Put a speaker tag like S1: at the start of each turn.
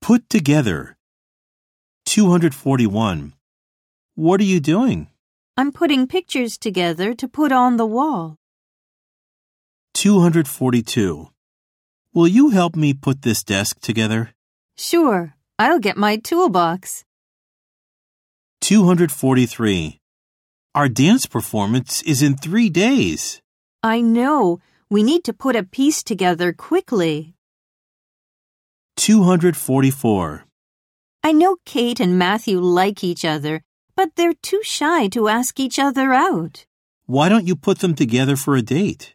S1: Put together. 241. What are you doing?
S2: I'm putting pictures together to put on the wall.
S1: 242. Will you help me put this desk together?
S2: Sure, I'll get my toolbox.
S1: 243. Our dance performance is in three days.
S2: I know. We need to put a piece together quickly.
S1: 244.
S2: I know Kate and Matthew like each other, but they're too shy to ask each other out.
S1: Why don't you put them together for a date?